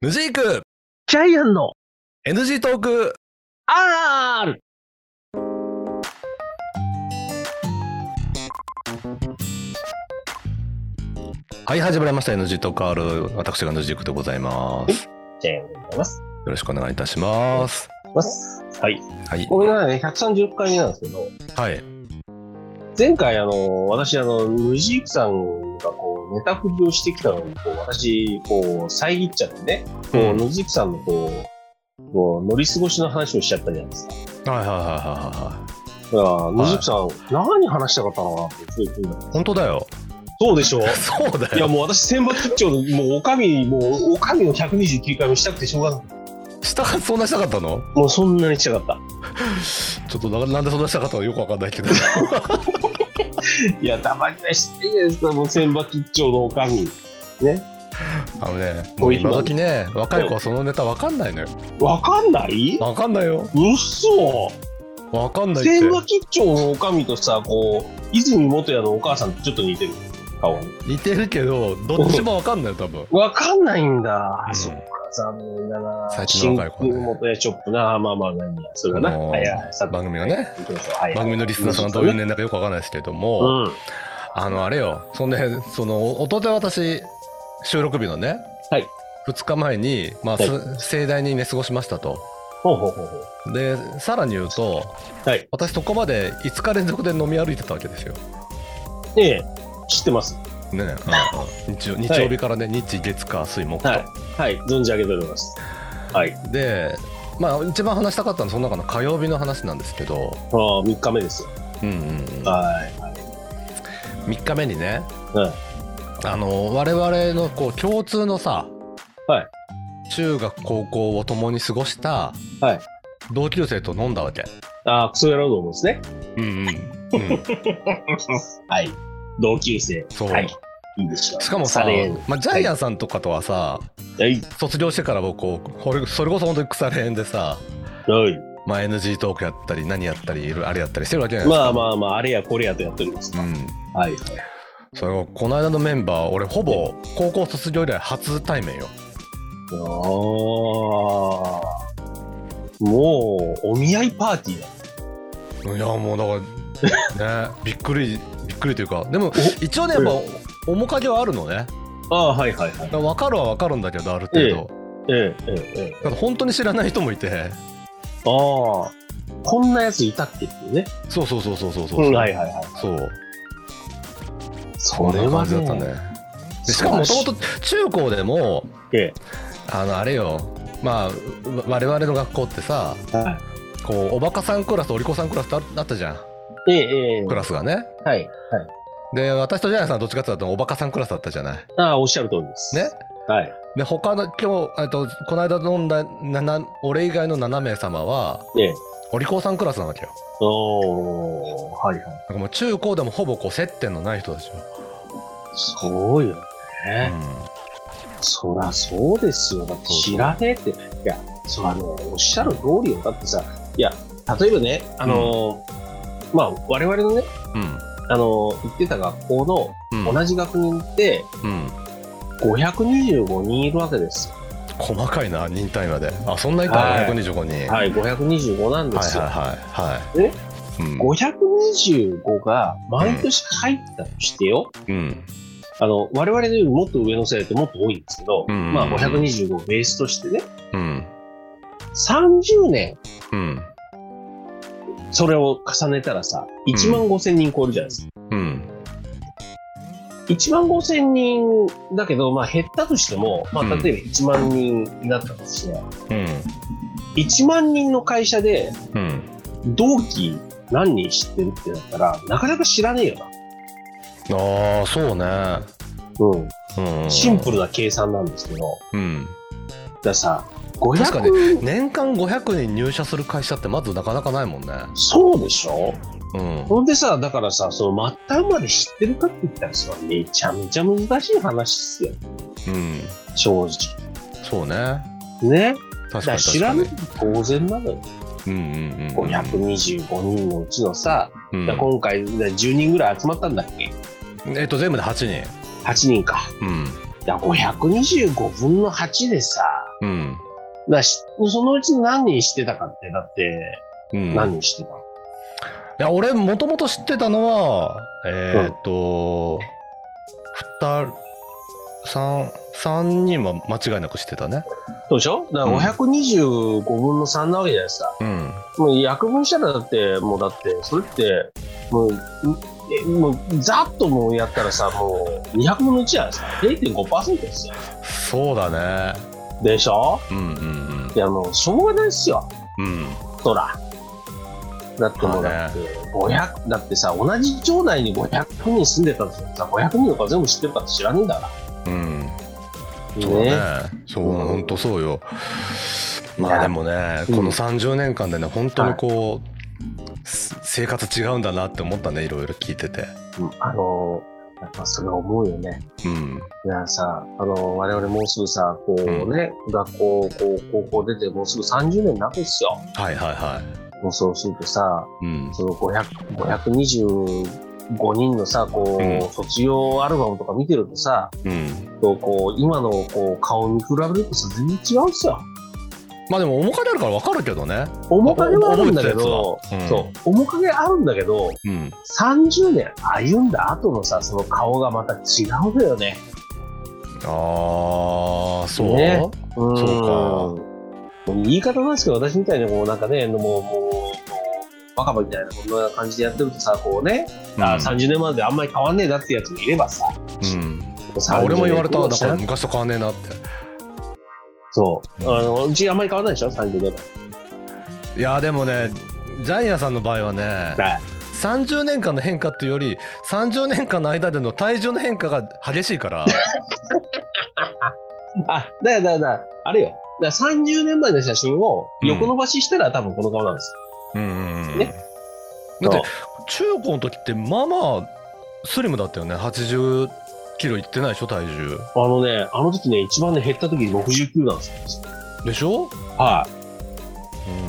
ヌジークジャイアンの NG トーク R! はい始まりました NG トーク R 私がヌジークでございますよジャイアンでございます。ろしくお願いいたしますますはい。はいこれがね、130回目なんですけど、はい前回、あの、私、あの、ムジークさんがこう、ネタ振りをしてきたのに、こう、私、こう、遮っちゃってね、こう、うんムジークさんのこう、こう、乗り過ごしの話をしちゃったじゃないですか。はいはいはいはだから、ムジークさん、何話したかったのかなって、すごい気になるいはい本当だよそうでしょう そうだいや、よもう私、選抜出張の、もう、おかみ、もう、おかみの129回もしたくてしょうがない。下がそんなしたかったのもう、そんなにしたかった。ちょっとななんでそんなしたかったのかよくわかんない けどいや、たまにはしていいじゃないですか、もう千葉吉兆のおかみ。ね。あのねもう今今時ね若い子はそのネタわかんないのよわかんないわかんないようっそわかんないって千葉吉兆のおかみとさ、こう、泉元也のお母さんとちょっと似てる。顔がね似てるけどどっちもわかんないよ多分わかんないんだ。うんそっか、残念だな。最近の若い子はね新元也チョップな、まあまあ、何や、それかな。あのーはいはい、さて番組がね。行きましょうはいはい番組のリスナーさんはどういう年代かよくわかんないですけども、うん。あの、あれよ。そんで、その、おととい私、収録日のね、はい2日前に、まあ、はいす盛大に寝過ごしましたと。ほうほうほうほう。で、さらに言うと、はい私そこまで5日連続で飲み歩いてたわけですよ。ええ、知ってます。ね、うんうん日曜日曜日からね、日、月、火、水、木と。はい。はい、存じ上げております。はい。あで、まあ、一番話したかったのはその中の火曜日の話なんですけど、あ、3日目ですよ。うんうんうん、はい。 3日目にね、はいあの我々のこう共通のさ、はい中学高校を共に過ごしたはい同級生と飲んだわけ、ああ、クソ野郎どもですね。うんうんうん、はい。同級生。そう、はい。いいでしょう。しかもさ、腐れ縁まあ、ジャイアンさんとかとはさ、はい。卒業してから僕こうこれそれこそ本当に腐れ縁でさ、はい。まあ、NG トークやったり何やったりいろいろあれやったりしてるわけじゃないですまかあまあまあ、あれやこれやとやっております。うん、はい。それをこの間のメンバー俺ほぼ高校卒業以来初対面よああ。もう、お見合いパーティーだ。いやもうだ からねびっくりびっくりというかでもお一応ねやっぱ面影はあるのねああ、はいはいはい。分かるは分かるんだけどある程度、ええ、ええ、ええ。だから本当に知らない人もいてああ。こんなやついたっけっていうね。そうそうそうそうそうそう、うん、はいはいはい。そうそんな感じだったね。でしかももともと中高でもえあのあれよまあわ我々の学校ってさえ、はいこうおバカさんクラスとお利口さんクラスってああったじゃんええ、ええ。クラスがねはい。はい。で私とジャイアンさんはどっちかっていうとおバカさんクラスだったじゃないああ、おっしゃる通りです。ね。はい。で他の今日えっとこの間飲んだなな俺以外の7名様はええ。お利口さんクラスなわけよおー、はいはい。だからもう中高でもほぼこう接点のない人たちよ、すごいようね。んそりゃそうですよ。だって知らねえって。いや、そうあの、おっしゃる通りよ。だってさ、いや、例えばね、あの、まあ、我々のね、うんあの、行ってた学校うんの同じ学年ってうん525人いるわけですよ。細かいな忍耐まであそんないたはい525人はいはいはい、525なんではいすよ。はいえうん525が毎年入ったとしてよ。うんあの、我々よりもっと上の世代ってもっと多いんですけど、うんまあ525をベースとしてね、うん30年うんそれを重ねたらさ、1万5千人超えるじゃないですか。うん1万5千人だけど、まあ減ったとしても、まあうん例えば1万人になったとして、うん1万人の会社でうん同期何人知ってるってなったら、なかなか知らねえよな。ああそうねうん。うんシンプルな計算なんですけど、だかうんらさ、確か500人、年間500人入社する会社ってまずなかなかないもんねそうでしょうんほんでさ、だからさ、その末端まで知ってるかって言ったらさ、めちゃめちゃ難しい話っすよ。うん正そうね直。ね。確だかからに確知らかになくて当然なのよ。うんうんうん525人のうちのさ、うんだから今回だから10人ぐらい集まったんだっけえっと全部で8人 ?8 人か。うんだから525分の8でさ、うん。だし、そのうち何人してたかって、だって、うん。何人してたの、いや、俺、もともと知ってたのは、えーっと、二、三、三人は間違いなく知ってたね。そうでしょだうんから525分の3なわけじゃないですか。うん。もう約分したらだって、もうだって、それって、もう、んえもうざっともうやったらさ、もう200分の1じゃないですか。0.5%ですよ。そうだね。でしょうんうんいや、もうしょうがないですよ。うん。うん。そら。だってまもうあだねって、500、だってさ、同じ町内に500人住んでたんですよ。さ、500人とか全部知ってるかって知らねえんだかうん。ら。そうねだね。そう、うん本当そうよ。いやまあでもね、うんこの30年間でね、本当にこう、す生活違うんだなって思ったね、いろいろ聞いてて。うんあのー、やっぱそれは思うよね。うん。いやさ、あのー、我々もうすぐさ、こうね、学校、こう高校出てもうすぐ30年になるんですよ。はいはいはい。もうそうするとさ、うん。その500 525人のさ、こう、うん卒業アルバムとか見てるとさ、うん。こうこう今のこう顔見比べるとさ、全然違うんですよ。まあでも、面影あるからわかるけどね。面影はあるんだけど覚、えてたやつはそう、面影あるんだけど、うん。 30年歩んだ後のさ、その顔がまた違うのよね。ああ、そう、ねうそか。もう言い方なんですけど、私みたいにもうなんかね、もう、もう、もうバカバみたいな、こんな感じでやってるとさ、こうね、うんあ30年まであんまり変わんねえなってやつもいればさ、うん。あ30俺も言われたわ、年だからね昔と変わんねえなっそう。あの、うちあんまり変わんないでしょ、30年いや、でもね、ジャイアンさんの場合はね、前。 30年間の変化っていうより、30年間の間での体重の変化が激し いから、あ、だよだよだよ、あれよ。だから30年前の写真を横伸ばししたら多分この顔なんですて。うんうんうん。ねだっよ。そてう中高の時ってまあまあスリムだったよね80キロいってないでしょ体重あのね、あの時ね、一番ね、減った時69なんですよ。でしょはい。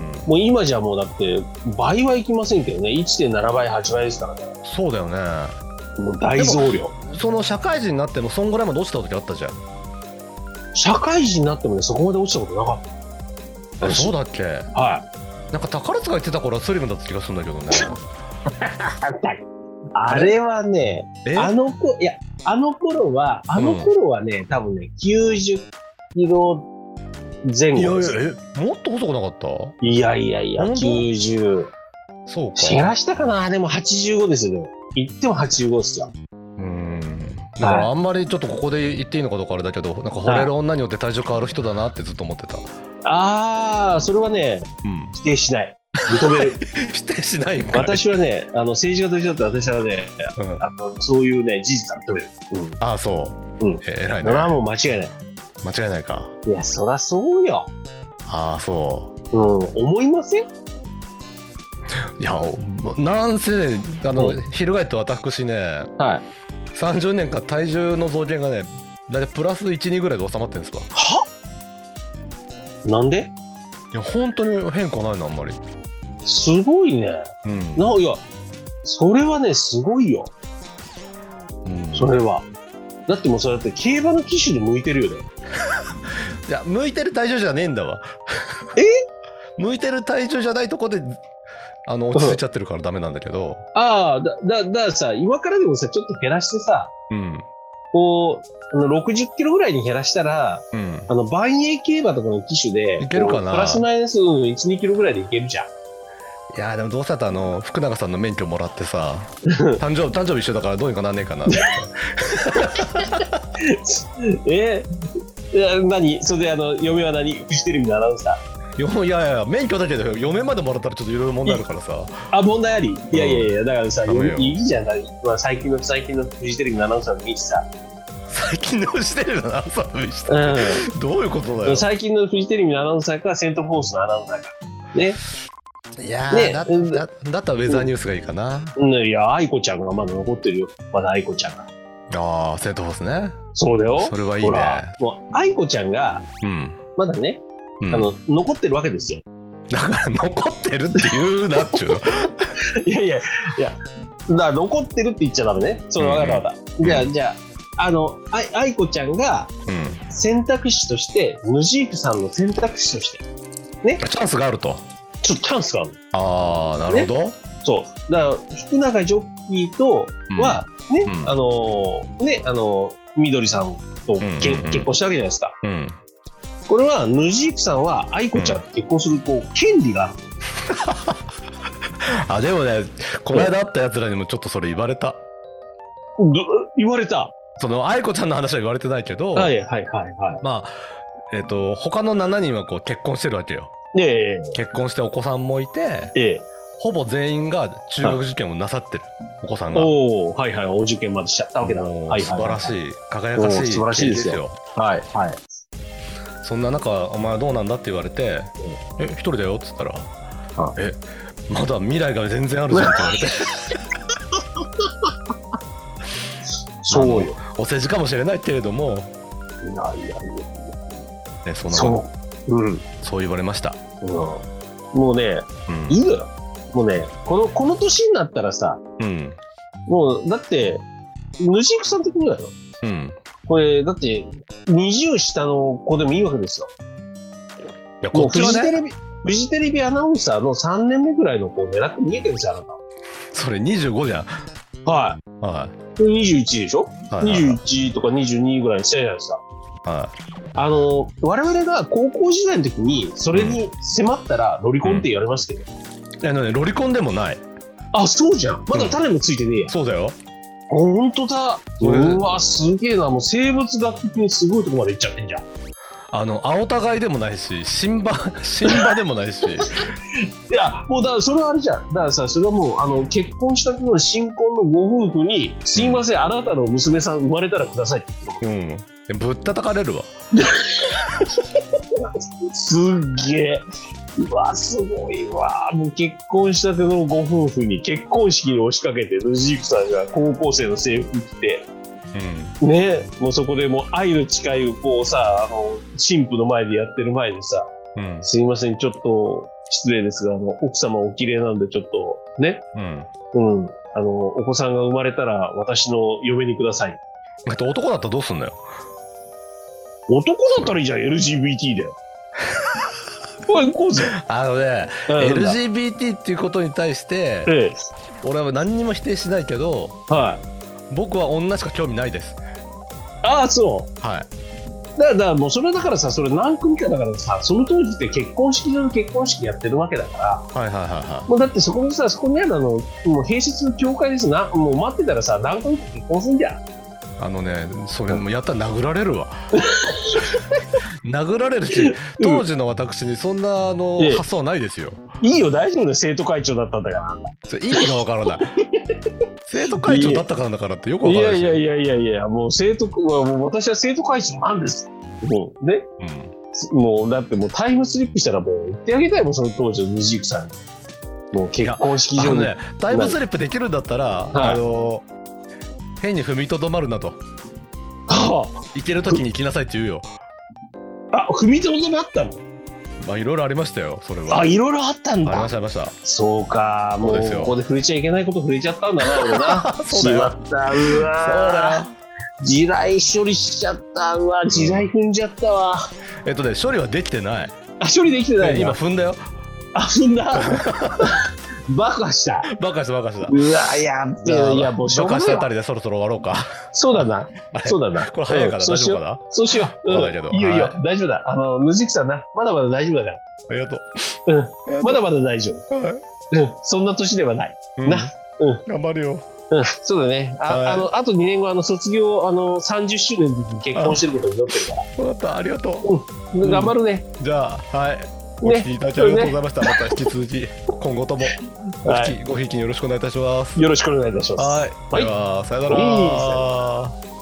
うんもう今じゃもうだって倍はいきませんけどね1.7倍8倍ですからねそうだよねもう大増量その社会人になってもそんぐらいまで落ちた時あったじゃん社会人になってもねそこまで落ちたことなかったあそうだだっけはいなんか宝塚行ってた頃はスリムだった気がするんだけどねあれはねえあの子いやあの頃はあの頃はね、多分ね90キロ前いやい後やですえもっと細くなかったいやいやいや本当90そうか減らしたかなでも85ですよでも言っても85ですようんだからあんまりちょっとここで言っていいのかどうかあれだけどなんか惚れる女によって体重変わる人だなってずっと思ってた、ああそれはねうん。否定しない認 める 否定しないんかい、私はねあの政治家としてだったら私はねうん、あのそういうね、事実は認める。うん。ああそう、うんえ偉いそねれ間はもう間違いない。違いないかいや、そらそうよ。ああそううん、思いませんいやなんせあの、うん翻って私ねはい。 30年間体重の増減がねだいたいプラス12ぐらいで収まってるんですわはなんでいや本当に変化ないのあんまりすごいね。うん、な、いや、それはね、すごいよ。うんそれは。だってもうそれだって競馬の騎手に向いてるよね。いや向いてる体重じゃねえんだわ 向いてる体重じゃないとこであの落ち着いちゃってるからダメなんだけどああ、だ、だ、だからさ、今からでもさ、ちょっと減らしてさ、うん。こう、あの60キロぐらいに減らしたら、うん。あの、万栄競馬とかの騎手で、いけるかなこうプラスマイナスうん1、2キロぐらいでいけるじ ゃん。いやでもどうせだったらあの福永さんの免許もらって さ誕生誕生日一緒だからどうにかなんねえかなってえー、いや何それであの嫁は何フジテレビのアナウンサよいやいや免許だけど嫁までもらったらちょっといろいろ問題あるからさーあ問題ありいやいやいやだからさ、ダメよいいじゃん何、まあ、最近の最近のフジテレビのアナウンサーの見てさ、最近のフジテレビのアナウンサーの見してうどういうことだよ最近のフジテレビのアナウンサーかセントフォースのアナウンサーかねいやねーだだだったらウェザーニュースがいいかな、うんいや愛子ちゃんがまだ残ってるよまだ愛子ちゃんがああセントフォースねそうだよそれはいいほねらもう愛子ちゃんがうん。まだね、うんあの残ってるわけですよだから残ってるっていうなっ ちゅうのいやいやいやだから残ってるって言っちゃダメねそれ分かった分かった、んじゃあじゃああのあ愛子ちゃんがうん。選択肢として、ムジークさんの選択肢として、チャンスがあると。ちょっとチャンスがあるの。ああ、なるほど。そう。だから、福永ジョッキーとは、ね、うんあのーね、あのー、みどりさんとけ、うんうんうん結婚したわけじゃないですか。うん。これは、ムジークさんは、愛子ちゃんと結婚する、こう、権利がある。あ、でもね、この間会った奴らにもちょっとそれ言われた。ど言われた。その、愛子ちゃんの話は言われてないけど、はいはいはいはまあ、えっ、と、他の7人はこう結婚してるわけよ。い。え結婚してお子さんもいて、え、ええ。ほぼ全員が中学受験をなさってる、お子さんが。おおはいはい、お受験までしちゃったわけだ。もうはい素晴らしい。い、輝かしおーい素晴らしいですよ経験はいはい。すよそんな中、お前はどうなんだって言われて、え、一人だよって言ったら、え、まだ未来が全然あるじゃんって言われ て、そうよ。お世辞かもしれないけれども、いやいやいや。ね、そんなそそう。うん。うんうそう言われました。もうね、うんいいのよ。もうね、この、この年になったらさ、うん。もう、だって、ヌジークさん的にはよ。うん。これ、だって、20下の子でもいいわけですよ。いや、もこうっちフはジテね、レビ、フジテレビアナウンサーの3年目ぐらいの子を狙って逃げてるじゃん、あなそれ25じゃん。た。は。はい21でしょい。はい、はい。 ?21 とか22ぐらいにしたじゃないですか。はあの、我々が高校時代の時に、それに迫ったら、ロリコンって言われましたけど、い。いや、あのね、ロリコンでもない。あ、そうじゃん。まだ種もついてねえや。そうだよ。ほんとだ。そうだようわ、すげえな。もう生物学的にすごいとこまで行っちゃってんじゃん。あの、青互いでもないし、新 馬、新馬でもない し、いや、もうだからそれはあれじゃん。だからさ、それはもう、あの、結婚した頃の新婚のご夫婦に、すいません、あなたの娘さん生まれたらくださいって言うん。っぶったたかれるわ。てすっげえ。うわ、すごいわ。もう結婚したてのご夫婦に結婚式に押しかけて、ルジークさんが高校生の制服着て、うね、もうそこでもう愛の誓いをこうさ、あの、新婦の前でやってる前にさ、ん。うん。すいません、ちょっと失礼ですが、あの、奥様お綺麗なんでちょっと、ね、うん。うん。あの、お子さんが生まれたら私の嫁にください。あと男だったらどうすんのよ。男だったらいいじゃん、LGBT で。 おい、行こうぜ。あのね、LGBT っていうことに対して、ええ。俺は何にも否定しないけど、はい。僕は女しか興味ないです。ああ、そう。はい。だから、だからもうそれだからさ、それ何組かだからさ、その当時って結婚式場の結婚式やってるわけだから、はいはいはいはもうだってそこにさ、そこにあるあの、もう併設の教会ですな、もう待ってたらさ、何組か結婚すんじゃん。い。あのね、それもやったら殴られ るわ。殴られるし、当時の私にそんなあのええ発想はないですよ。いいよ、大丈夫だよ、生徒会長だったんだかそれ意味がわからない。生徒会長だったからだからってよくら。わいからやないいし。やいやいやいや、もう生徒は、もう私は生徒会長なんです。もう、ね。もうだってもうタイムスリップしたらもう言ってあげたいもんその当時の二軸さんにもう結婚式うん、あ場のに、ね、タイムスリップできるんだったら、はいあの変に踏みとどまるなと、は行けるときに行きなさいって言うよ。ああ踏みとどまったのまあ、いろいろありましたよ、それは。あありいろいろあったんまだした、ありました。そうかもそううですこよこで触れちゃいけないこと触れちゃったんだな俺な そうだよしまったうわ地雷処理しちゃったうわ地雷踏んじゃったわ、えっとね、処理はできてない。あ処理できてない今、今踏んだよ。あ踏 んだ爆破したバカした、バカした。うわやっべじゃあえいやもうしょうバがカしなたいあたわりでそろそろ終わろうか。そうだなそうだなこれ早いからそ大うし丈よ夫うかなそうしよう。そうだけどいいよいいよは、大丈夫だ。あの、ムジクさんな、まだまだ大丈夫だかありがとら。う。うん。まだまだ大丈夫。はいうん。そんな年ではない。うんなうん頑張るよ。うん。そうだね。あ,、はいあの、あと2年後、あの、卒業、あの、30周年の時に結婚してることになってるかわかった、ありがとう。ら。ん頑張るね。じゃあ、はい。おね聞きいただきありがとうございました。また引き続き、今後ともごは引き、ご引きによろしくお願いいたします。よろしくお願いいたします。はい。では、さよなら。いいさよ